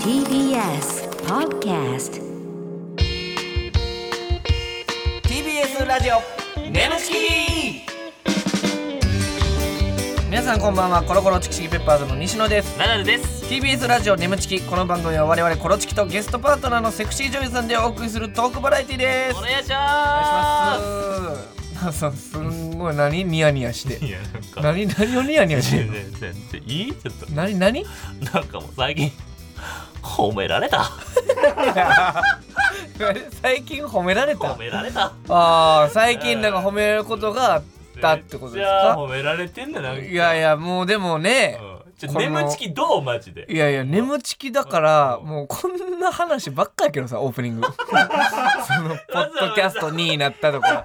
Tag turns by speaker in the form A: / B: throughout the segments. A: TBS Podcast
B: TBS ラジオ
C: ネムチキ
B: 皆さんこんばんはコロコロチキチキペッパーズの西野です
C: ナダルです。
B: TBS ラジオネムチキこの番組は我々コロチキとゲストパートナーのセクシー女優さんでお送りするトークバラエティです
C: お
B: お
C: 願いし
B: 願
C: ま
B: いしますさんすんごい何ニヤニヤし
C: す。い
B: て
C: やなんか
B: 何何をニヤニヤして
C: 全
B: んの
C: 然全然いいちょっ
B: 何何
C: となんかもう最近褒められた
B: 最近褒められた
C: 褒められた。
B: ああ最近なんか褒めることがあったってこと
C: じ
B: です
C: ゃあ
B: か
C: 褒められてんだなんか。
B: いやいやもうでもね、
C: うん。ちょ
B: この
C: ネムチキどうマジで。
B: いやいや眠ちきだから
C: うん
B: もうこんな話ばっかやけどさオープニ ングそのポッドキャスト2位になったとか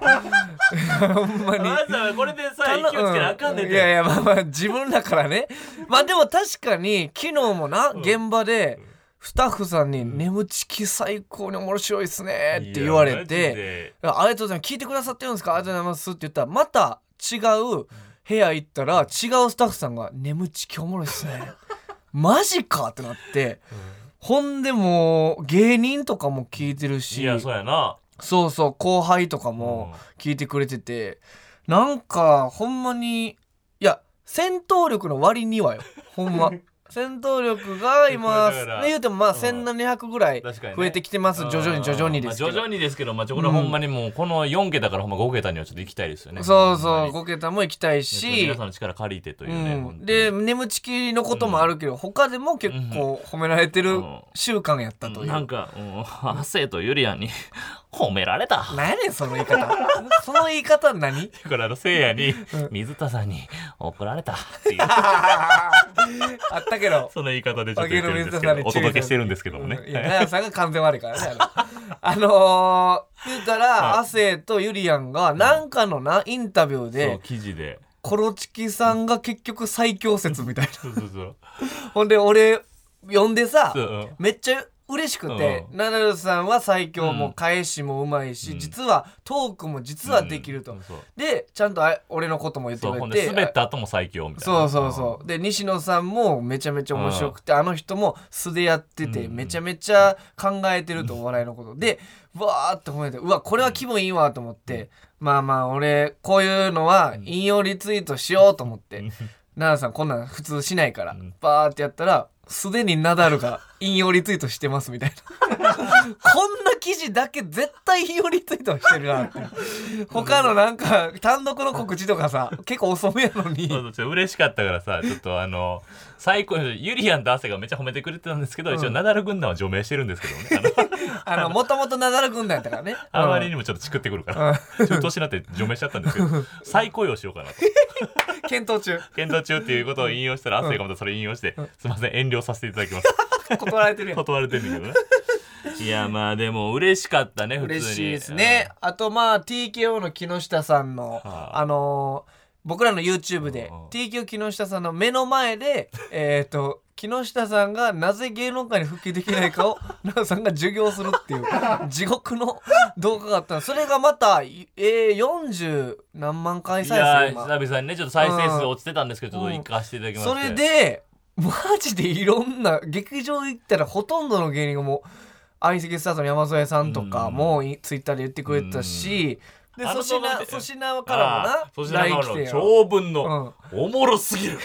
B: ほんまに
C: まずはこれでさ
B: 頼
C: 気をつけなあかんねん
B: う
C: て。
B: いやいやまあまあ自分だからねまあでも確かに昨日もな現場でスタッフさんに「眠ちき最高に面白いっすね」って言われ
C: いやマジ
B: て
C: で
B: 「ありがとうございます聞いてくださってるんですかありがとうございます」って言ったらまた違う部屋行ったら違うスタッフさんが「眠ちきおもろいっすね」 マジかってなって。ほんでもう芸人とかも聞いてるし
C: いやそうやな。
B: そうそう後輩とかも聞いてくれてて、なんかほんまにいや戦闘力の割にはよほ んま戦闘力が今、
C: だから
B: ね、言うてもまあ
C: うん
B: 1700ぐらい
C: 確かにね
B: 増えてきてます、徐々に徐々にですけど、
C: まあ徐々にですけど、まあ、ちょこれはほんまにもうこの4桁からほんま5桁にはちょっと行きたいですよね。
B: そう
C: ほん
B: そ
C: ま
B: う
C: に
B: 5桁も行きたいし
C: 皆さんの力借りてという
B: う
C: ね、本当
B: ん、
C: に
B: で眠ちきのこともあるけど、他でも結構褒められてる習慣やったという、
C: なんか、うん、 亜生とユリアンに褒められた。
B: 何やねんその言い方 その言い方何
C: だからあのせいやに
B: うん
C: 水田さんに怒られた っていう
B: あったけど。
C: その言い方でちょっと言ってるんですけどお届けしてるんですけどもね、
B: うんいや、奈良さんが完全悪いからね。 あの、あのー言うたら、
C: はい
B: 亜生とゆりやんが、なんかのな、インタビュー
C: そう
B: で、
C: 記事で
B: コロチキさんが結局最強説みたい
C: そうそうそう
B: な。ほんで、俺、呼んでさ
C: そ、う
B: めっちゃ嬉しくて、
C: う
B: ナダルさんは最強、
C: うん
B: もう返しもうまいし、
C: うん
B: 実はトークも実はできると。
C: うんそう
B: で、ちゃんとあ俺のことも言って
C: そう
B: く
C: ほ
B: れ
C: んで
B: て、
C: 滑った後も最強みたい
B: そ
C: な
B: うそうそうで西野さんもめちゃめちゃ面白くて、あの人も素でやってて、
C: うん
B: めちゃめちゃ考えてるとお笑いのことでわーって褒めてうわこれは気分いいわと思って、まあまあ俺こういうのは引用リツイートしようと思って、
C: ん
B: 奈良さんこんなん普通しないから、
C: うん
B: バーってやったらすでにナダルが引用リツイートしてますみたいな こんな記事だけ絶対引用リツイートしてるなって他のなんか単独の告知とかさ結構遅めやのに
C: そうそうちょっと嬉しかったからさちょっとあの最高ユリアンと亜生がめっちゃ褒めてくれてたんですけど、一応ナダル軍団は除名してるんですけどねあの
B: あの、もともとなだら軍団やったからね。
C: あまりにもちょっとチクってくるから、ちょっと年になって除名しちゃったんですけど、再雇用しようかなと。
B: うん検討中。
C: 検討中っていうことを引用したら、亜生がまたそれ引用して、すいません、遠慮させていた だきます。
B: 断られてるやん。
C: 断られてるんだけどね。いや、まあでも嬉しかったね、普通に。
B: 嬉しいですね。あと、まあ、TKO の木下さんの、
C: は
B: あ、
C: あ
B: のー僕らの YouTube で
C: うんうん
B: TKO 木下さんの目の前で、 えっと、木下さんがなぜ芸能界に復帰できないかを 奈良さんが授業するっていう 地獄の動画があったのそれがまた、いえー、40何万
C: う
B: 回
C: ん。い
B: 再生
C: や、
B: 今
C: 久々にね、ちょっと再生数落ちてたんですけど、ちょっと行かせていただきまして
B: それ、でマジでいろんな劇場行ったらほとんどの芸人がもう相席スタートの山添さんとかもいツイッターで言ってくれてたしで
C: あの
B: 粗品
C: 動画見て
B: 粗品から
C: ああ
B: も
C: 粗
B: な
C: 品
B: LINE
C: から
B: 来て
C: の
B: よ、
C: 長文
B: う
C: の、
B: ん、
C: おもろすぎる。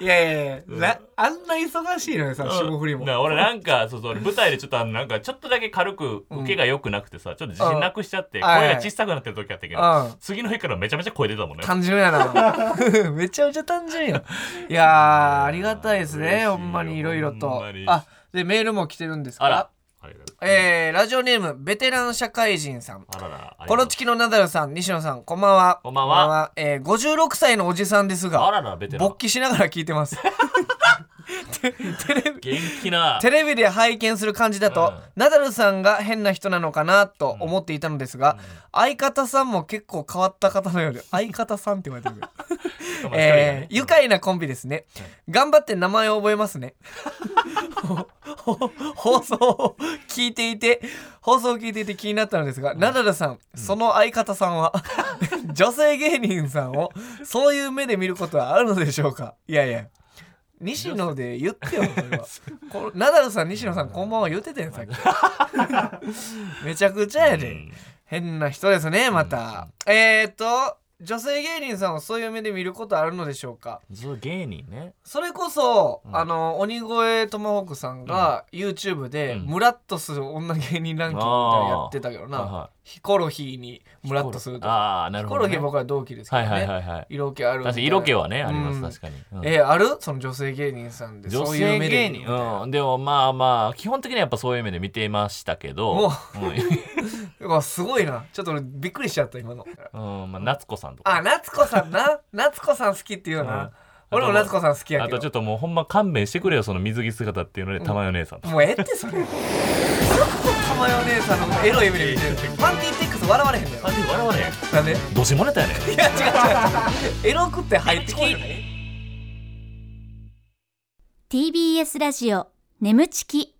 B: いやいやいや、なあんな忙しいのにさ
C: うん
B: 霜降りも
C: な俺なんかそうそう俺舞台でちょっとあのなんかちょっとだけ軽く受けが良くなくてさ、ちょっと自信なくしちゃって、
B: うん
C: 声が小さくなってる時あったけど、
B: うん
C: 次の日からめちゃめちゃ声出たもんね
B: 単純やな めちゃめちゃ単純やいやーありがたいです
C: 嬉しい
B: ね
C: よ
B: ほんまにいろいろ
C: ほ
B: と
C: んまに
B: あでメールも来てるんです
C: あ
B: から
C: ありがとう
B: えーラジオネームベテラン社会人さん
C: あららありがとう
B: コロチキのナダルさん、西野さん、こんばんは。
C: こんばんは
B: えー、56歳のおじさんです
C: あ
B: が、
C: ららベテラン
B: 勃起しながら聞いてます。 てテレビ
C: 元気な
B: テレビで拝見する感じだと、
C: うん
B: ナダルさんが変な人なのかなと思っていたのですが、相方さんも結構変わった方のようで、相方さんって言われてる。
C: まあ
B: えー
C: 一人
B: 愉快なコンビですね。頑張って名前を覚えます ね。ほほ放送を聞いていて、放送を聞いていて気になったのですが、ナダルさん、その相方さん は、女性芸人さんをそういう目で見ることはあるのでしょうかいやいや。西野で言ってよ それはこナダルさん西野さんこんばんは言ってたやんさっき めちゃくちゃやで、
C: うん
B: 変な人ですねまた、えー、っと女性芸人さんをそういう目で見ることあるのでしょうか
C: そう芸人ね
B: それこそ、
C: うん
B: あの鬼越トマホークさんが YouTube で、
C: うん
B: ムラッとする女芸人ランキングみたいなのやってたけどな、
C: はいはい
B: ヒコロヒーにムラッとするとか
C: ああな
B: ヒ
C: る
B: コ
C: ほど、
B: ロ
C: ね、
B: ヒー僕は同期ですけど
C: は
B: ね、
C: いはいはいはい
B: 色気あるみ
C: 確
B: たい
C: か
B: な
C: に色気はねありま
B: うん
C: す確かに、うん
B: えーあるその女性芸人さんで
C: 女
B: そういう
C: 性
B: 目
C: 芸
B: で見る
C: 人うんでもまあまあ基本的にはやっぱそういう目で見ていましたけど
B: もうわすごいなちょっと俺びっくりしちゃった今の
C: うん、うんまあ、夏子さんとか
B: あ夏子さんな夏子さん好きっていうよな、
C: うん
B: 俺も夏子さん好きや
C: あ
B: けど
C: とちょっともうほんま勘弁してくれよその水着姿っていうので玉代姉さんとか、
B: もうええってそれずっと玉代姉さんのエロい目で見てるパンティーテックス笑われへんのよ
C: あでも笑われへん
B: なんでい
C: どしもネタやねん
B: や違う違うエロくって入ってこいよ
D: TBS ラジオ眠ちき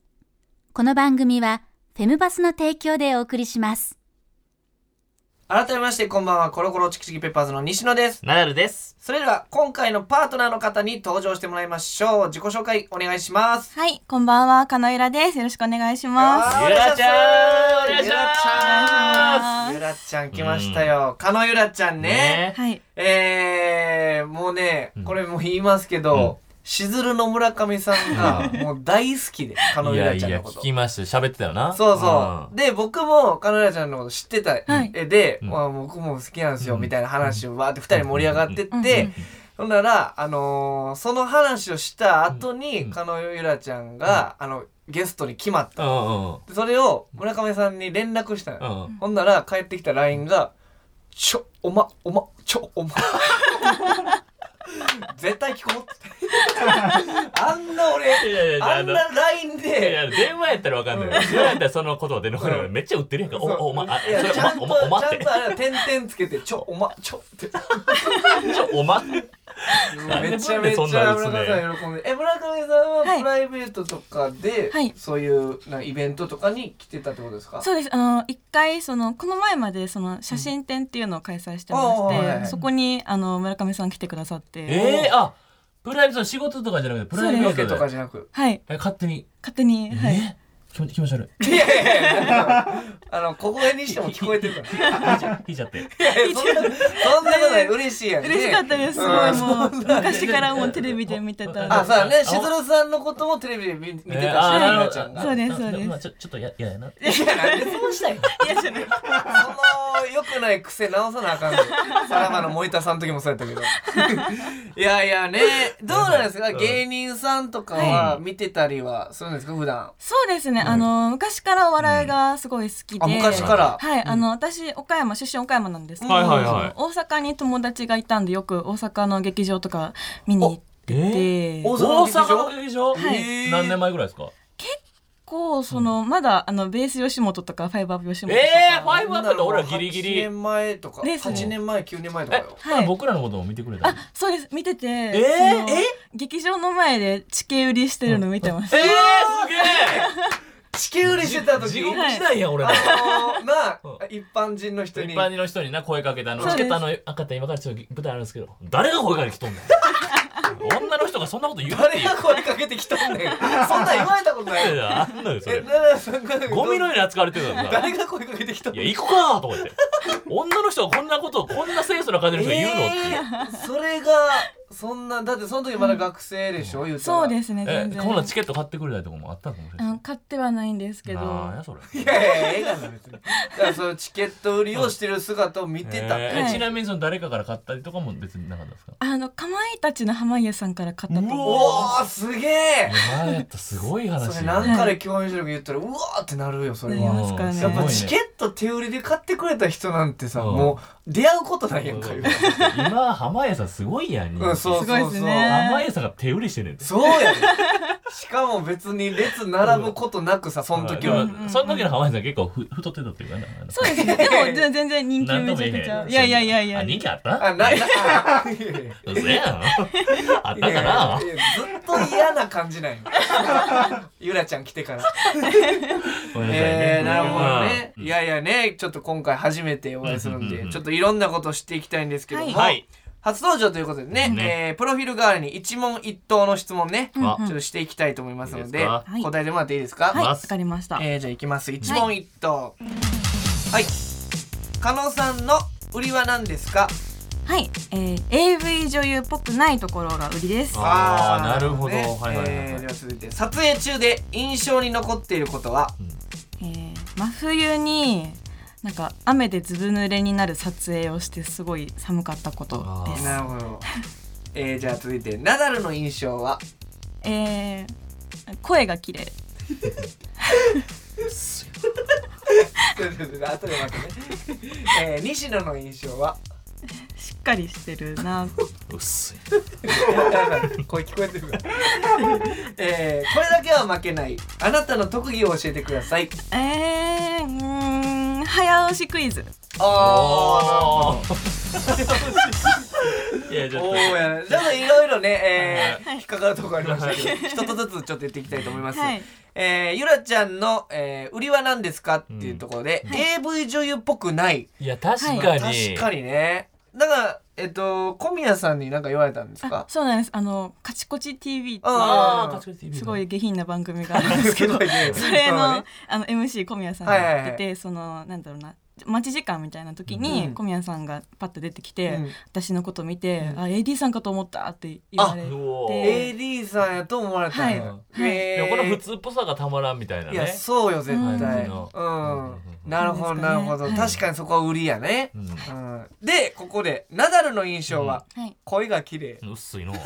D: この番組はフェムバスの提供でお送りします
B: 改めましてこんばんはコロコロチキチキペッパーズの西野です
C: ナダルです
B: それでは今回のパートナーの方に登場してもらいましょう自己紹介お願いします
E: はい、こんばんは、かのゆらです。よろしくお願いします。
B: あー
C: ゆらちゃん
B: お願いします
E: お願いします
B: ゆらちゃん来ましたよかのゆらちゃんね
C: ね
E: はい、
B: えー、もうね
C: うん
B: これもう言いますけど、しずるの村上さん がもう大好きでかの
C: い
B: ゆ
C: や
B: ら
C: い
B: ちゃん
C: や
B: のこと
C: 聞きました喋ってたよな
B: そうそう、で僕もかのらちゃんのこと知ってた、
E: はい
B: えで、
C: うん
B: まあ、僕も好きなんですよ、
C: うん
B: みたいな話をわーって二人盛り上がってって、
E: うんうん
B: ほんなら、あのーその話をした後に、
C: うん
B: かのゆらちゃんが、あのゲストに決まった
C: うんうんうんうん
B: それを村上さんに連絡したのよ、
C: うん
B: ほんなら帰ってきた LINE が「ちょおまおまちょおま」絶対聞こうってあんな俺
C: いやいやいや
B: あ
C: あ
B: ん
C: の
B: な LINE
C: いや
B: で
C: いや電話やったらわかんないよ。電話やったらそのことでのめっちゃ売ってるやんか。お
B: そう
C: おおまあ
B: いや
C: それ
B: ちゃんと
C: おまおまおまっ
B: ちゃ
C: て
B: ん。とあれは点々つけて「ちょおまちょ」って
C: ちょおま。なんで
B: めちゃめちゃ
C: そんな
B: 村
C: んで
B: 上
C: すね
B: さん喜んでえ村上さんは
E: はい
B: プライベートとかで、
E: はい
B: そういうなイベントとかに来てたってことですか
E: そうです。あの一回そのこの前までその写真展っていうのを開催してま
B: うんお
E: し
B: ーは
E: て、
B: いはい
E: そこにあの村上さん来てくださって、
C: ええあプライベートの仕事とかじゃなくてプライベ
B: ロ
C: ー
B: ケ
C: ト
B: と
C: で
B: か。じゃなく
E: はい、
C: え勝手に。
E: 勝手に、はい、
C: え気持ち気持ち悪い。
B: いやいやいやあの小声にしても聞こえてるから
C: 引いちゃって。
B: いやそん なそんなことない嬉しいやんね
E: 嬉しかったです。すご
B: う
E: い
B: ん
E: もう昔からもうテレビで見て
B: あ
E: た。
B: そうだねしずるさんのこともテレビで見見てたし
C: えーあーなるほ
B: な
C: ど
B: ちゃんが
E: そうですそうです
C: まあちょちょっとやややな。
B: いやなんでそうしたいの
E: いやじゃない
B: その良くない癖直さなあかん ねさらばの森田さんの時もそうやったけどいやいやねどうなんですか
C: うん
B: 芸人さんとかは見てたりはするんですか普段
E: そうですね。あの昔からお笑いがすごい好きで、
B: あ昔から
E: はい、あの私岡山出身岡山なんですけど、
C: はいはいはい
E: 大阪に友達がいたんでよく大阪の劇場とか見に行っ
C: え
E: て
B: お
C: 大
B: 大阪の劇場
C: 阪の劇場。
E: はい
C: 何年前ぐらいですか。
E: こうその、まだあのベース吉本とかファイブアップ吉本
C: え
E: とか、
C: えファイブアップと俺はギリギ
B: 8
C: リ。
B: 年前とか
E: ですね
B: 8年前9年前とか
C: え
B: よ、
E: はい
C: 僕らのことも見てくれた
E: あ。そうです見てて、え
C: ーえ
E: 劇場の前で地形売りしてるの見てまし
C: え
E: た、
B: 地球売りしてた
C: すげ
B: 時
C: え。地獄
B: あ
C: 時代やん俺ら。
B: のーな
C: うん
B: 一般人の人に
C: 一般の人にな声かけたあの
E: そう
C: チ
E: で
C: ケッ
E: す
C: トあの赤って今からちょっと舞台あるんですけど誰が声かけてきとん ねん女の人がそんなこと言うって
B: 誰
C: い
B: が声かけてきたんね んそんなん言われたことない
C: いやい
B: よ
C: やあんのよそ
B: え
C: れ
B: 奈良さんが
C: ゴミのように扱われてるからさ
B: 誰が声かけてきた
C: いや行くかとか言って女の人がこんなことをこんな清楚な感じの人が言うのっ ていう、
B: えーそれがそんなだってその時まだ学生でしょ、言うたら
E: そうですね
C: え
E: 全然
C: こんなチケット買ってくれたりとかもあったのかもしれ
E: あ
C: な
E: の
C: い
E: 買ってはないんですけど
C: なんやそれ
B: いやいやええがな別にだからそのチケット売りをしてる姿を見てた、
C: え
E: は
C: ー
E: い
C: ちなみにその誰かから買ったりとかも別になかったですか
E: あのかまいたちの濱家さんから買ったと
C: う
E: 思
B: おおすげえ
C: 前やったらすごい話
B: それなんかで共演してる言ったらうわーってなるよそれは、
E: なりますからね
B: やっぱ
C: うん
B: チケット手売りで買ってくれた人なんてさ、
C: うん
B: もう出会うことないやんか、今
C: 今濱家さんすごいやん、
B: うん、そうそう
E: すごい
B: そう
E: ですね
C: 濱家さんが手売りしてるんです
B: そうやねしかも別に列並ぶことなくさその時は、
C: でもその時の濱家さん結構ふ太ってたっていうかなあの
E: そうですね でも全全然人気
C: なんと
E: め
C: も
E: ち
C: 言
E: ゃ
C: えへ
E: くちゃ
C: ん
E: いやいやいやいや
C: あ、人気あった
B: あななあいやいや
C: うやん。あったかない
B: やいやずっと嫌な感じなん よゆらちゃん来てから
C: ごめんなさいね。
B: えー、なるほどね、
C: うん
B: いやいやねちょっと今回初めてお会いするんで、
C: うんうんうんうん
B: ちょっといろんなことしていきたいんですけども、
E: はい
C: はい。
B: 初登場ということでね
C: ね
B: えープロフィール代わりに一問一答の質問ね、
E: うんうん
C: あ
B: ちょっとしていきたいと思いますので
C: いいですか
E: はい
B: 答えてもらっていいですか、
E: はい、
C: ま
E: わ
C: す
E: かりました。
B: えー、じゃあいきます一問一答はい加納さんの売りは何ですか
E: はい、えー、AV 女優っぽくないところが売りです。は
C: あー
B: ー
C: なるほどはいはいはいはい
B: えーでは続いて撮影中で印象に残っていることは
E: えー、真冬になんか雨でずぶ濡れになる撮影をしてすごい寒かったことで
C: あ
E: す。
B: なるほどえー、じゃあ続いてナダルの印象は
E: えー、声が綺麗。
B: ちょっと待って後で待ってね、 えー、西野の印象は
E: しっかりしてるな。
C: 薄い
B: 声聞こえてるから、 えー、これだけは負けないあなたの特技を教えてください
E: えー、うーん、早押しクイズ。
B: あーなるほど
C: いやちょっ
B: お
C: と
B: おやねちょっといろいろね、えー、引っかかるとこありましたけど一つずつちょっと言っていきたいと思います、
E: はい。
B: えー、ゆらちゃんの、えー、売りは何ですかっていうところで、AV 女優っぽくない
C: いや確かに、
B: 確かにねなんかえっと小宮さんに何か言われたんです
E: あ
B: か、
E: そうなんです。あのカチコチ TV って
B: あー
E: いう
C: 確かに
E: すごい下品な番組があるんです けど、
B: すごいね
E: それ
B: そう
E: の
B: ね
E: あの MC 小宮さんがやって
B: はいはい
E: て、そのなんだろうな。待ち時間みたいな時に
B: うん
E: 小宮さんがパッと出てきて、
B: うん
E: 私のこと見て
B: う
E: 「
B: ん
E: あ AD さんかと思った」って言われ
C: う
E: て
C: おー
E: で
B: AD さんやと思われたんや、
E: いはい
B: え
C: でもこの普通っぽさがたまらんみたいない
B: や
C: ね
B: そうよ絶対
C: う
B: うんん、
C: うん
B: なるほどなるほど、
E: はい
B: 確かにそこは売りやね、
C: うん
B: うん、でここでナダルの印象は、
E: はい、
B: 声が綺麗
C: 薄い のい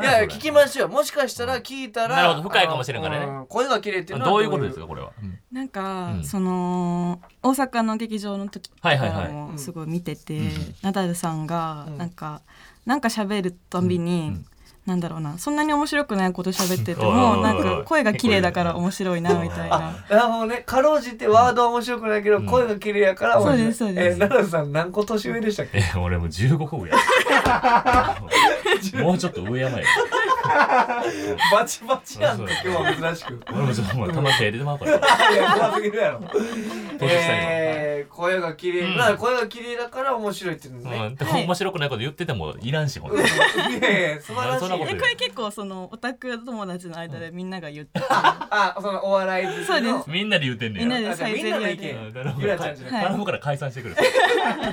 B: いや聞きましょうもしかしたら聞いたら
C: なるほど深いかもしれんからね
B: あのう声が綺麗っていうのは
C: どういうことですかこれは、うん
E: なんか、
C: うん
E: その大阪の劇場の時か
C: はいはいはい
E: らもすごい見てて、
C: うん
E: ナダルさんが
B: うん
E: なんか、なんか喋るたびに、
C: うん
E: なんだろうなそんなに面白くないこと喋ってて
C: おいおいおい
E: もなんか声が綺麗だから面白いなみたいな。
B: なるほどねかろうじてワードは面白くないけど、
C: うん
B: 声が綺麗やから面白い
E: そうですそうです
B: えナダルさん何個年上でしたっけ
C: え 俺もう15個上やもうちょっと上やばい
B: バチバチやんか今日は珍しく
C: 俺もちょっともう頭手入れてまうから
B: いや怖すぎるやろ
C: 年下に
B: えー、声が綺麗、
C: うん
B: な声が綺麗だから面白いっていうのね、
C: うん、で
E: はい
C: 面白くないこと言っててもいらんし、ほんとに
B: いやいや素晴らし
C: そんなこと
E: え
B: い
E: これ結構そのオタク友達の間でみんなが言ってる、
B: あそのお笑い好きの
E: そうです
C: みんなで言ってんね
E: みんな
C: や。
E: でサイゼリ
B: あじ
E: ア
B: ゃあみんなの意見
E: で
C: うん頼む
B: ゆ
C: から
B: らちゃんじゃな
E: はい
C: 頼むから解散してくれ。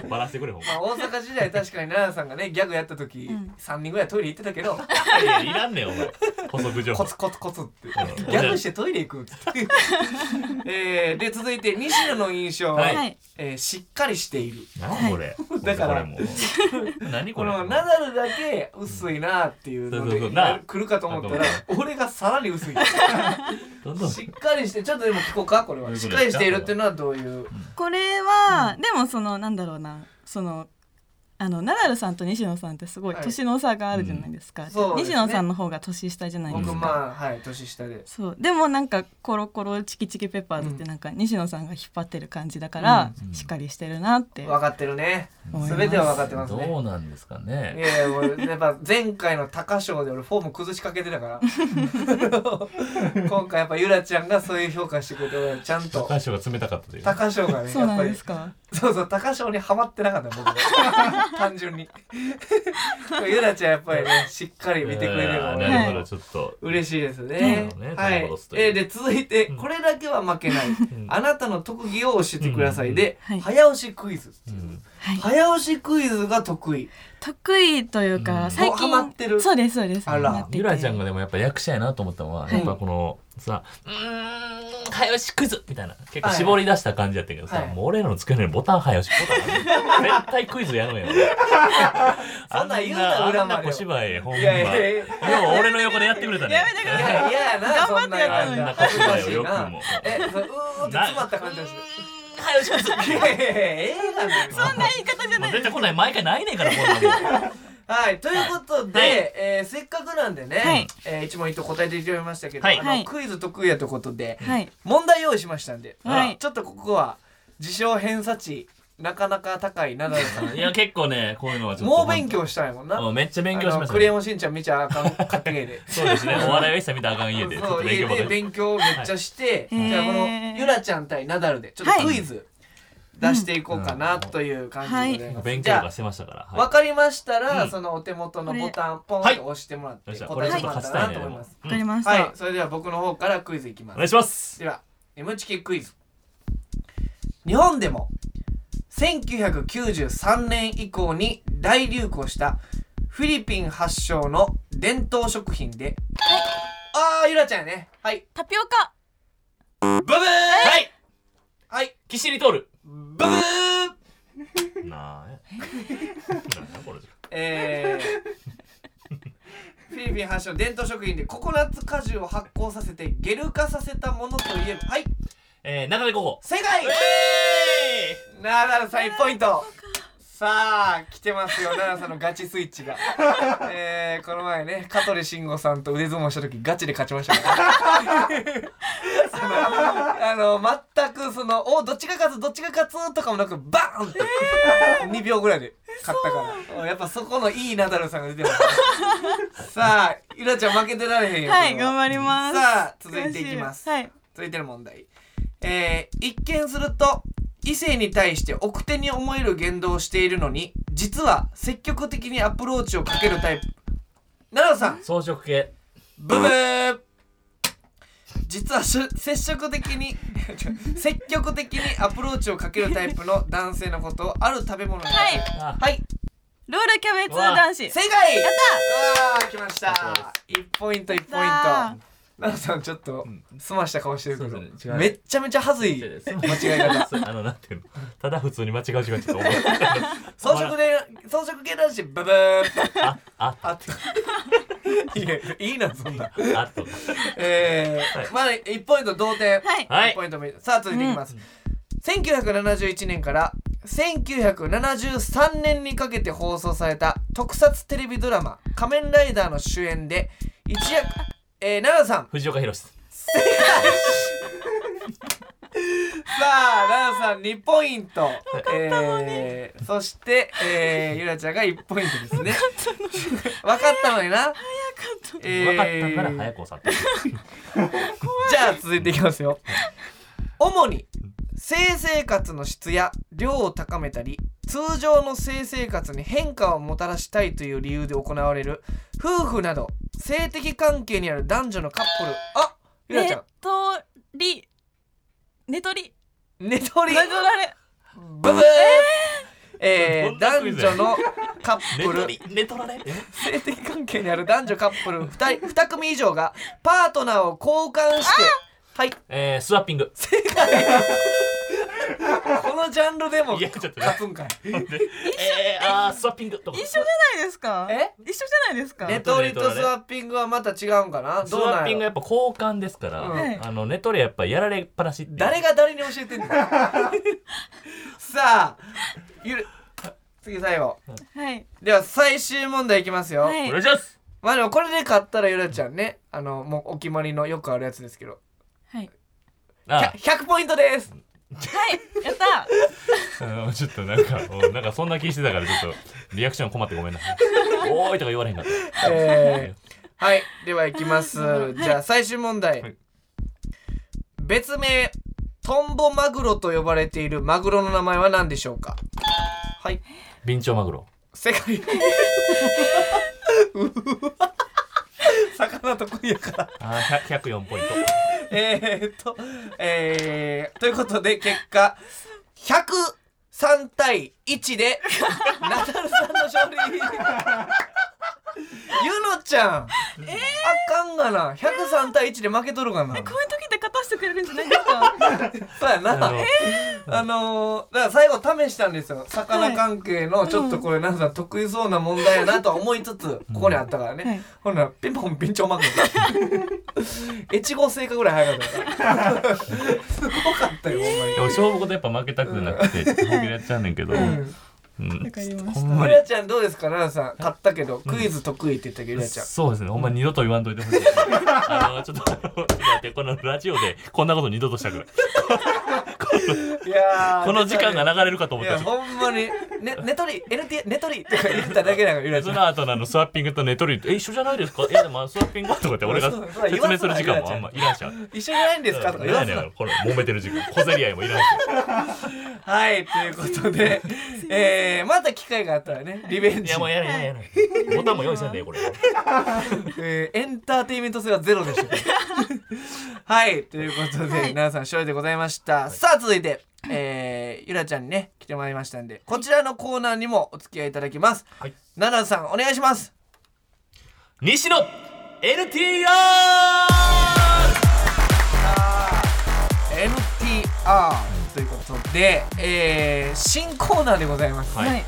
C: バラしてくれ、ほんま
B: まあ、大阪時代確かに奈良さんがねギャグやった時、
E: ん
B: 三3人ぐらいトイレ行ってたけど
C: いやいらんねん、お前。補足情報
B: コ。ツコツコツって
C: うん
B: ギャグしてトイレ行くっつってえー、で続いて西野の印象は、
C: はい
E: はい
B: えーしっかりしている
C: 何これ。
B: だから
C: これもう。何こ
B: こ
C: れ。
B: のナダルだけ薄いなっていうの
C: そ
B: で
C: うそうそうな
B: 来るかと思ったら
C: なんか
B: 俺がさらに薄い
C: どんどん
B: しっかりしてちょっとでも聞こうかこれ
C: どう
B: は
C: いう
B: し
C: こ
B: っ
C: と
B: かりしているっていうのはどういう
E: これは、でもそのなんだろうなそのあのナダルさんと西野さんってすごい
B: はい
E: 年の差があるじゃないですか、
B: んそうですね
E: 西野さんの方が年下じゃないです
B: 僕
E: か、
B: まあはい年下で
E: そうでもなんかコロコロチキチキペッパーズってなんか西野さんが引っ張ってる感じだから、しっかりしてるなって、
B: 分かってるね
E: 思います
B: 全ては分かってますね
C: どうなんですか
B: い
C: ね。
B: やいや俺やっぱ前回の高賞で俺フォーム崩しかけてたから今回やっぱゆらちゃんがそういう評価してくれて俺ちゃんと
C: 高橋が冷たかったという。
B: 高賞がね
E: そう
B: やっ
E: な
B: ぱ
E: んで
B: り
E: すか
B: そうそう高賞にはまってなかった僕は単純にゆらちゃんやっぱりねしっかり見てくれてる
C: あ
B: か
C: ー
B: ら
C: なるほ
B: ね
C: ど、ちょっと。
B: 嬉しいですね
C: そうだね
B: はい
C: トンボロスという
B: えーで続いてこれだけは負けない
C: ん
B: あなたの特技を教えてくださいで
E: うんはい
B: 早押しクイズ
C: うん
E: はい、
B: 早押しクイズが得意
E: 得意というか、
C: うん
E: 最
B: もう
E: 近
B: ハマってる
E: そうですそうです
B: あら
E: ハマってて
C: ゆらちゃんがでもやっぱ役者やなと思ったのは、
B: い
C: やっぱこのさ、うーん、早押しクイズみたいな、結構絞り出した感じやったけどさ、
B: はい
C: もう俺らの机の上にボタン早押し、ボ タンある絶対クイズやるんやろ。
B: そんなん言うな裏
C: あんな
B: まで
C: 小芝居、ほんま。
B: いやいやい
C: よ
B: や
C: う俺の横でやってくれたね。
E: やめてくだ
B: い
E: さ
B: やいやな
E: 頑張って
B: そんな
E: や
C: あ
E: ったの
C: ん
E: に
C: な小芝居をよくも。
B: え、そううーんって詰まった感じがして
C: 早押しクイズ
B: いやいやいや映画なのよ
E: そんな言い方じゃ
C: も
E: な
C: う
E: い
C: 出てこない、毎回ないねんから、こんなもん。
B: はい、ということで、
C: はい
B: えーせっかくなんでね、
E: はい
B: えー一問一答答えていただきましたけど、
C: はい
B: あ
E: は
B: の
E: い
B: クイズ得意やということで、
E: はい
B: 問題用意しましたんで、
E: はい
B: ちょっとここは自称偏差値なかなか高いナダル さん
C: いや、結構ね、こういうのはちょっと。
B: もう勉強したんやもんな
C: うん。めっちゃ勉強し
B: あ
C: ま
B: の
C: した
B: クレ
C: ね。
B: ヨンしんちゃん見ちゃあかん家庭で
C: そうですね、お笑いを一切見たらあかん家で、ちょっ
B: そ
C: と
B: う
C: 勉
B: 家
C: 強ばっか
B: で
C: り
B: 勉強をめっちゃして、
E: はい
B: じゃあこの
E: へー
B: ゆらちゃん対ナダルでちょっとクイズ、出していこうかなという感じでございます、
C: 勉
B: じ
C: 強と
B: ゃ
C: かしてましたから
B: あ、
C: は
B: 分かりましたら、
C: うん
B: そのお手元のボタンポンと
C: はい
B: 押してもらって
C: いよっしゃこ
B: 答
C: れ
B: え
C: ちょ
B: て
C: っ
B: もら
C: と
B: っ
C: 勝ち
B: たらなと
C: たいねで
B: 思い
C: も
B: ます、
E: わかりました、
B: はいそれでは僕の方からクイズいきま
C: お
B: す
C: 願いします
B: では M チキクイズ日本でも1993年以降に大流行したフィリピン発祥の伝統食品で、ああーゆらちゃんやねはい
E: タピオカ
B: ブブー
C: はい
B: はい
C: キシリトール
B: ブブー
C: なあ なんやこれ
B: えーフィリピン発祥の伝統食品でココナッツ果汁を発酵させてゲル化させたものといえばはい
C: えー、中でここ
B: 正解奈々さん1ポイントさあ来てます よ奈々さんのガチスイッチがえー、この前ね香取慎吾さんと腕相撲した時ガチで勝ちま したからあのあの全くその「おどっちが勝つどっちが勝つ」とかもなくバーンって、2秒ぐらいで勝ったからおやっぱそこのいいナダルさんが出てます ねさあゆらちゃん負けてられへんよ
E: はい
B: これは
E: 頑張ります
B: さあ続いていきます
E: はい
B: 続いての問題、えー一見すると異性に対して奥手に思える言動をしているのに実は積極的にアプローチをかけるタイプ奈良さん
C: 装飾系
B: ブブー実はし接触的に ちょ積極的にアプローチをかけるタイプの男性のことをある食べ物に
E: はい
C: あ
B: はい
E: ロールキャベツ男子
B: 正解やったうわー来ました1ポイント1ポイント
E: やったー
B: 奈良さんちょっと
C: ん
B: 澄ました顔してるけ
C: そ
B: ど
C: うですね違う
B: めっちゃめちゃ恥ずい
C: 間
B: 間違い方
C: あのなんていうのただ普通に間違う違うちょっ と思う
B: 装飾で装飾系男子ブブー
C: ああ
B: あって いやいいなそんな
C: あと
B: え
C: はい
B: ー、まだ1ポイント同点
E: はい
C: はい
B: 1ポイント目さあ続いていきます、1971年から1973年にかけて放送された特撮テレビドラマ「仮面ライダー」の主演で一躍えー、奈良さん
C: 藤岡弘
B: さあ奈良さん2ポイント、えー、そして、えー、ゆらちゃんが1ポイントですね 分かったのにな
E: ちょっと
B: え
C: 分
B: ー
C: かったから早く去った
B: じゃあ続いていきますよ。 主に性生活の質や量を高めたり通常の性生活に変化をもたらしたいという理由で行われる夫婦など性的関係にある男女のカップルあゆらち
E: ね
B: ゃん
E: とりねとり
B: 寝取り
E: なぞられ
B: ブブーえー、
C: どんなク
B: 男
C: イズや
B: 女のカッ
C: 寝
B: プル
C: 取り寝取られえ
B: 性的関係にある男女カップル 2, 人2組以上がパートナーを交換してはい
C: えー、スワッピング
B: 正解このジャンルでも
C: いやちょっと
B: 勝つんかい
C: えー、あースワッピングとか
E: 一緒じゃないですか
B: え
E: 一緒じゃないですか
B: ネ
C: ね
B: トリとスワッピングはまた違うんかな
C: ス
B: どう
C: ワ
B: な
C: ッ
B: ん
C: ピング
B: や
C: や
B: ろ
C: っぱ交換ですから、
B: うん
C: あの寝取りやっぱやられっぱなしっていう
B: 誰が誰に教えてんの さあゆる次最後
E: はい
B: では最終問題いきますよ、
E: は
C: お
E: い
C: 願いします
B: まあでもこれで勝ったらゆらちゃんねあのもうお決まりのよくあるやつですけど
E: はい
C: あ
B: 100 100ポイントです
E: やった
C: あのちょっとなんかうんなんかそんな気してたからちょっとリアクション困ってごめんな「おーい」とか言われへんかった、
B: えはいではいきます、じゃあ最終問題、
C: はい
B: 別名トンボマグロと呼ばれているマグロの名前は何でしょうかはい
C: ビンチョウマグロ
B: 世界 魚得意やから
C: あー100 104ポイント
B: えーっとえー、ということで結果103対1でナダルさんの勝利ゆのちゃん、あかんがな103対1で負けとるがな
E: こういう時って勝たしてくれるんじゃないですか
B: そうや
C: あ
B: な
C: の
B: あのー、だから最後試したんですよ魚関係のちょっとこれなんか得意そうな問題やなとは思いつつ、ここにあったからね、
E: はい
B: ほんならピンポンピンチョンマグ ロ越後製かぐらい早かったから すごかったよほんま
C: でも勝負事やっぱ負けたくなくて本気でやっちゃうねんけど、う
B: に。うん
C: ん
E: かりました
C: ほんま
B: ゆ
C: に
B: らちゃんどうですか奈々さん勝ったけどクイズ得意って言ったけどゆらちゃん
C: そうですねほんま二度と言わんといてほしい あのちょっとあのちょっと待ってこのラジオでこんなこと二度としたくないこ
B: いやー
C: この時間が流れるかと思
B: い
C: った
B: や
C: し
B: ほんまに「ね寝取り NT 寝取り」とか言っただけだからゆらち
C: そ
B: ゃん
C: の後のあのスワッピングとネトリえ一緒じゃないですかいやでもあのスワッピングはとかって俺が
B: そうそう
C: 説明する時間もあんまいらんしゃん
B: 一緒じゃないんですかとか言わ
C: 何
B: せ
C: や
B: な
C: ねんこの揉めてる時間小競り合いもいらんし
B: はいということで、えー、また機会があったらねリベン
C: い
B: ジ
C: やもうやらないやらないボタンも用意せんでこれ
B: えーエンターテインメント性はゼロでしたけどはいということで、皆さん勝利でございました、さあ続いて、えーゆらちゃんにね来てもらいましたんでこちらのコーナーにもお付き合いいただきます、
C: はい
B: 奈々さんお願いします
C: 西野 NTR
B: NTR ということで、えー新コーナーでございます、
C: はい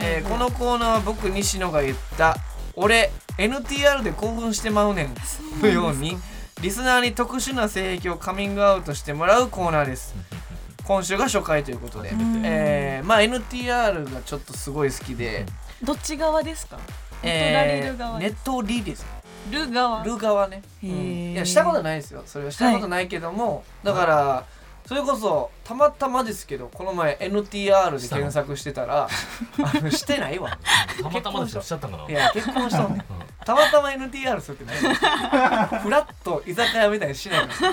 B: えーこのコーナーは僕西野が言った「俺 NTR で興奮してまうねん」のようにリスナーに特殊な性癖をカミングアウトしてもらうコーナーです今週が初回ということで、えーまあ NTR がちょっとすごい好きで、
E: どっち側ですか
B: え
E: ネトラリル側
B: ー、ネットリです
E: ル側
B: ル側ね、
E: へ
B: う
E: ー
B: ん、いやしたことないですよそれはしたことないけども、だからそれこそたまたまですけどこの前 NTR で検索してた らあのしてないわ
C: たまたまですよおっしちゃったんかない
B: や結婚したもんねたまたま NTR するってない フラッと居酒屋みたいにしないから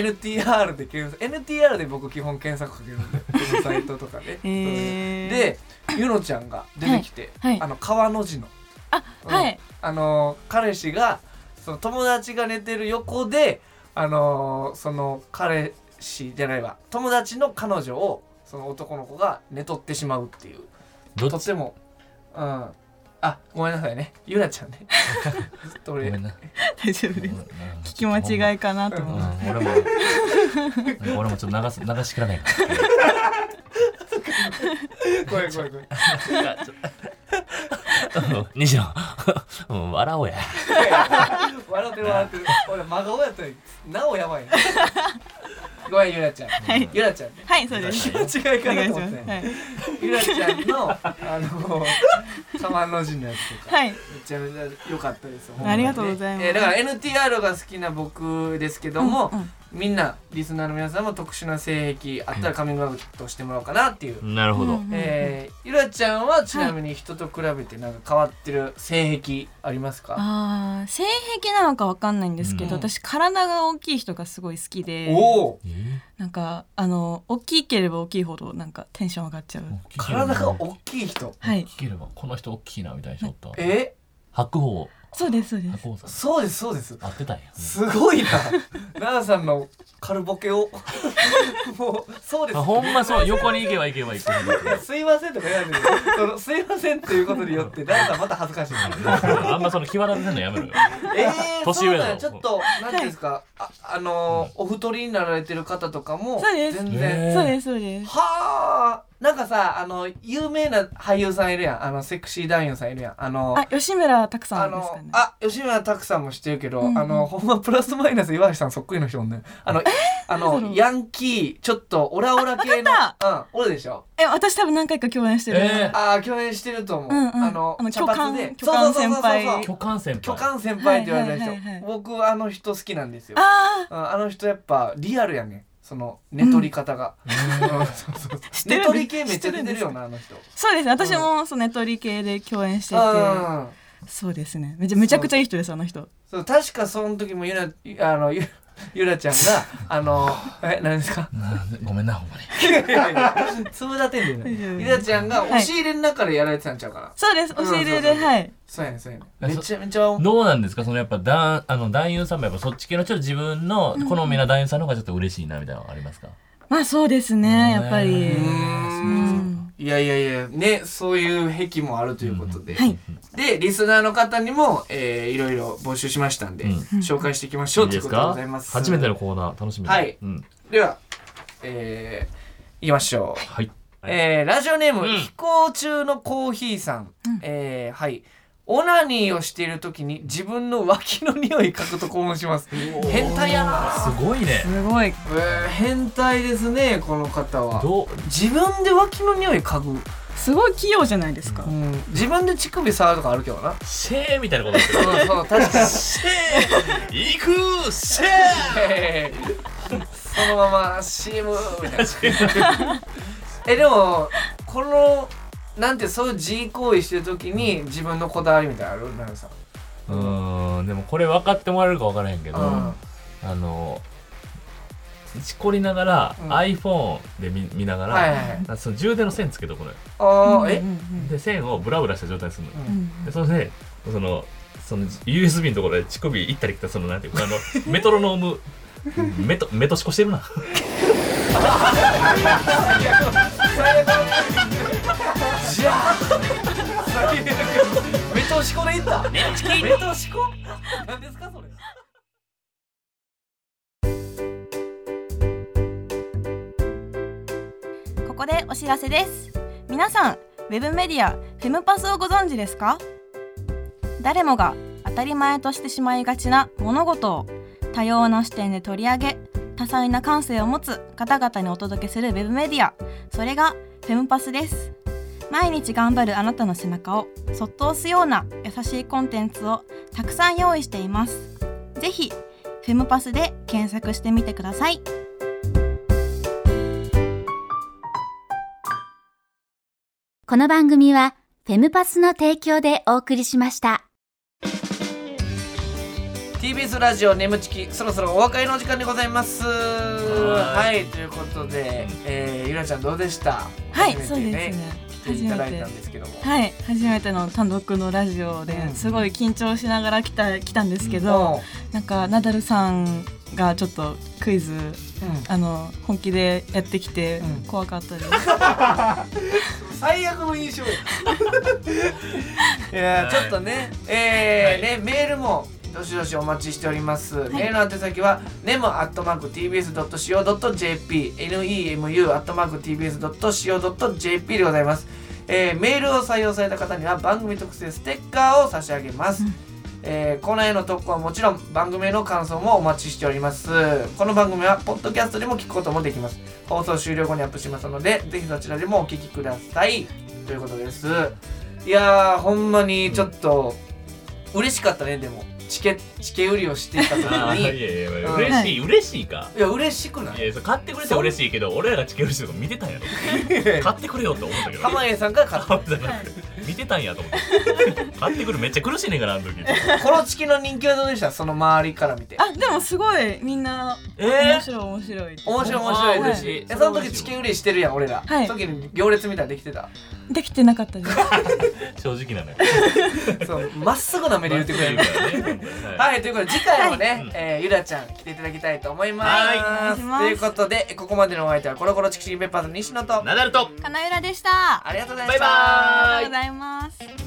B: NTR で検索 NTR で僕基本検索かけるんでこのサイトとかで、
E: へー
B: でゆのちゃんが出てきて、
E: はいはい
B: あの川の字の
E: あはい
B: あのー彼氏がその友達が寝てる横であのーその彼氏じゃないわ友達の彼女をその男の子が寝取ってしまうっていう
C: どっ
B: とっ
C: ち
B: てもうんあごめんなさいねゆらちゃんねずっと
C: ご
B: 俺
C: めんな
E: 大丈夫です聞き間違いかなと
C: う
E: 思って
C: ん俺も俺もちょっと流す流しきらない
B: ごめんごめんごめん
C: 西野うん笑おうや
B: 笑ってる笑ってる俺真顔やったらなおやばいなごめんゆらちゃん、ゆらちゃんね
E: はいそうです
B: 間違い
E: お
B: かな
E: 願いし
B: と思った
E: ます
B: よ
E: はい
B: ゆらちゃんのあの釜の字のやつとか
E: はい
B: めちゃめちゃ良かったです
E: ありがとうございます
B: えーだから NTR が好きな僕ですけども、みんなリスナーの皆さんも特殊な性癖あったらカミングアウトしてもらおうかなっていう、
C: なるほど
B: えーゆらちゃんはちなみに人と比べてなんか変わってる性癖ありますか、
E: あー性癖なのかわかんないんですけど、
B: うん
E: 私体が大きい人がすごい好きで
B: おお
E: なんかあの大きければ大きいほどなんかテンション上がっちゃう、
B: 体が大きい人
E: はい
C: 聞ければこの人大きいなみたいな人おった
B: え
C: 白鵬
E: そうですそうで
C: 白
E: す
C: 鵬さん
B: そうですそうです
C: 合ってたんや
B: すご いな奈々さんのカルボケ をもうそうです
C: あほんまそう横に行けば行けば行くほど
B: すいませんとか言われてるそのすいませんっていうことによ ってダンさんまた恥ずかしい
C: あんまその際立てんの やめろよ
B: えー、
C: 年上
B: そう
C: だ
B: なんやちょっと何ていうんですかああのーお太りになられてる方とかも
E: そう
B: 全
E: です
B: 然、
C: へー
E: そうですそうです
B: はあなんかさあの有名な俳優さんいるやんあのセクシー男優さんいるやんあの
E: あ吉村拓さ
B: あ
E: んです
B: の
E: かね
B: あ吉村拓さんも知ってるけど、
E: うん
B: あのほんまプラスマイナス岩橋さんそっくりの人おんねんあのあ
E: 誰だろ
B: の
E: う
B: ヤンキーちょっとオラオラ系の
E: あ
B: うん俺でしょ
E: え私多分何回か共演してる、
C: え
B: ああ共演してると思う、
E: うんうん
B: あの
E: あの
B: 茶髪で
E: 巨漢
B: そうそうそうそう
E: 巨漢先輩
C: 巨漢先輩
B: 巨漢先輩って言われた人、
E: はいはいはいはい
B: 僕あの人好きなんですよ
E: あ
B: うんあの人やっぱリアルやねんその寝取り方が、 うんそうそうそう
E: てる
B: 寝取り系めっちゃ出てるよなあの人
E: ーそうですね私もそうネトリ系で共演してて、
B: うん
E: そうですねめちゃめちゃくちゃいい人ですあの人
B: そう確かその時もゆらあのゆゆらちゃんがあのえ何ですか
C: うん ごめんなほんまに
B: いやいやつぶだてんで
E: いやい
B: ゆ
E: や
B: らちゃんが
E: はい
B: 押し入れの中でやられてたんちゃうかな、
E: そうです
B: うんそ
E: 教え
B: う
E: て
B: そう
E: で
B: そう
E: はい
B: そうやねんそうやねん
C: え
B: めちゃめちゃ
C: どうなんですかそのやっぱだあの男優さんもやっぱそっち系のちょっと自分の好みな男優さんの方がちょっと嬉しいなみたいなのありますか
E: まあそうですねやっぱ
C: う
E: りうん
B: いやいやいやねそういう癖もあるということで、
E: はい
B: でリスナーの方にも、えー、いろいろ募集しましたんで、
C: うん
B: 紹介していきましょう
C: いい
B: とい
C: で
B: う
C: す
B: ことで
C: か
B: ございます
C: 初めてのコーナー楽しみだ
B: はい
C: うん
B: では、えー、いきましょう。
C: はい
B: えー、ラジオネーム、
C: うん
B: 飛行中のコーヒーさん。えー、はい。オナニーをしている時に自分の脇の匂い嗅ぐと興奮します。変態やな
C: すごいね
E: すごい
B: えー、変態ですね、この方は。
C: どう
B: 自分で脇の匂い嗅ぐ。
E: すごい器用じゃないですか
B: うん、自分で乳首触るとかあるけどな。
C: シェーみたいなことです
B: そ
C: よ
B: う そう、確かに。
C: シェー行くシェー
B: えーそのまま CM みたいなえでもこのなんてそういう自慰行為してる時に自分のこだわりみたいなのある奈良さん
C: うーんでもこれ分かってもらえるか分からへんけど、
B: うん
C: あのしこりながら、
B: うん
C: iPhone で見見ながら、
B: はいはいはい
C: あその充電の線つけとくのよ
B: ああ
E: う
B: え
E: んうん
C: で線をブラブラした状態にするのよ、
E: うんうん
C: でそれでそのその USB のところで乳首行ったり来たりそのなんていうかあのメトロノームメトメトシコしてるな
B: じゃあ メトシコでいったメトシコ何ですかそれ
E: ここでお知らせです皆さんウェブメディアフェムパスをご存知ですか誰もが当たり前としてしまいがちな物事を多様な視点で取り上げ多彩な感性を持つ方々にお届けするウェブメディアそれがフェムパスです毎日頑張るあなたの背中をそっと押すような優しいコンテンツをたくさん用意していますぜひフェムパスで検索してみてください
D: この番組はフェムパスの提供でお送りしました。
B: TBS ラジオ眠ちきそろそろお別れの時間でございますは
C: はい
B: ということで、えー、ゆらちゃんどうでした
E: はい、
B: 初
E: そう
B: めて
E: ですね
B: 来ていただいたんですけども
E: はい初めての単独のラジオ
B: う
E: で
B: ん
E: すごい緊張しながら来た来たんですけど、
B: ど
E: なんかナダルさんがちょっとクイズ
B: う、うん、
E: あの本気でやってきて
B: うん
E: 怖かったです、
B: 最悪の印象やいやーちょっとねえーねメールもどしどしお待ちしております、メールの宛先は nemu.tbs.co.jp nemu.tbs.co.jp でございます、えーメールを採用された方には番組特製ステッカーを差し上げます、えーコーナーへの投稿はもちろん番組への感想もお待ちしておりますこの番組はポッドキャストでも聞くこともできます放送終了後にアップしますのでぜひそちらでもお聞きくださいということですいやーほんまにちょっと嬉しかったねでもチケチケ売りをしてた時
C: あー いや
B: にい
C: いやいや
B: うん
C: 嬉しい、嬉しいか
B: や嬉しくないい
C: やそう買ってくれて嬉しいけど俺らがチケルシーとか見てたんやろ買ってくれよって思ったけど
B: 濱家さんが買った
C: 浜田さんが 見てたんやと思って買ってくるめっちゃ苦しいねんから あの時
B: このチケの人気はどうでしたその周りから見て
E: あでもすごいみんな
C: え
E: 面白い面白いって
B: 面白い面白い
E: あー嬉し
C: い
B: えその時チケ売りしてるやん俺ら、
E: はい
B: 時に行列みたいなのできて た
E: できて なかったです
C: 正直なのよ
B: そうまっすぐな目で言ってくれるから
C: はい
B: はい、ということで次回もね、
C: い
B: えーゆらちゃん来ていただきたいと思います。
C: はいお
E: 願いします
B: ということでここまでのお相手はコロコロチキチキペッパーズ西野と
C: ナダルと
E: 金浦でしたあ
B: ありがとうございまし
C: バイ
B: た。
C: バーイ
E: りがとうございます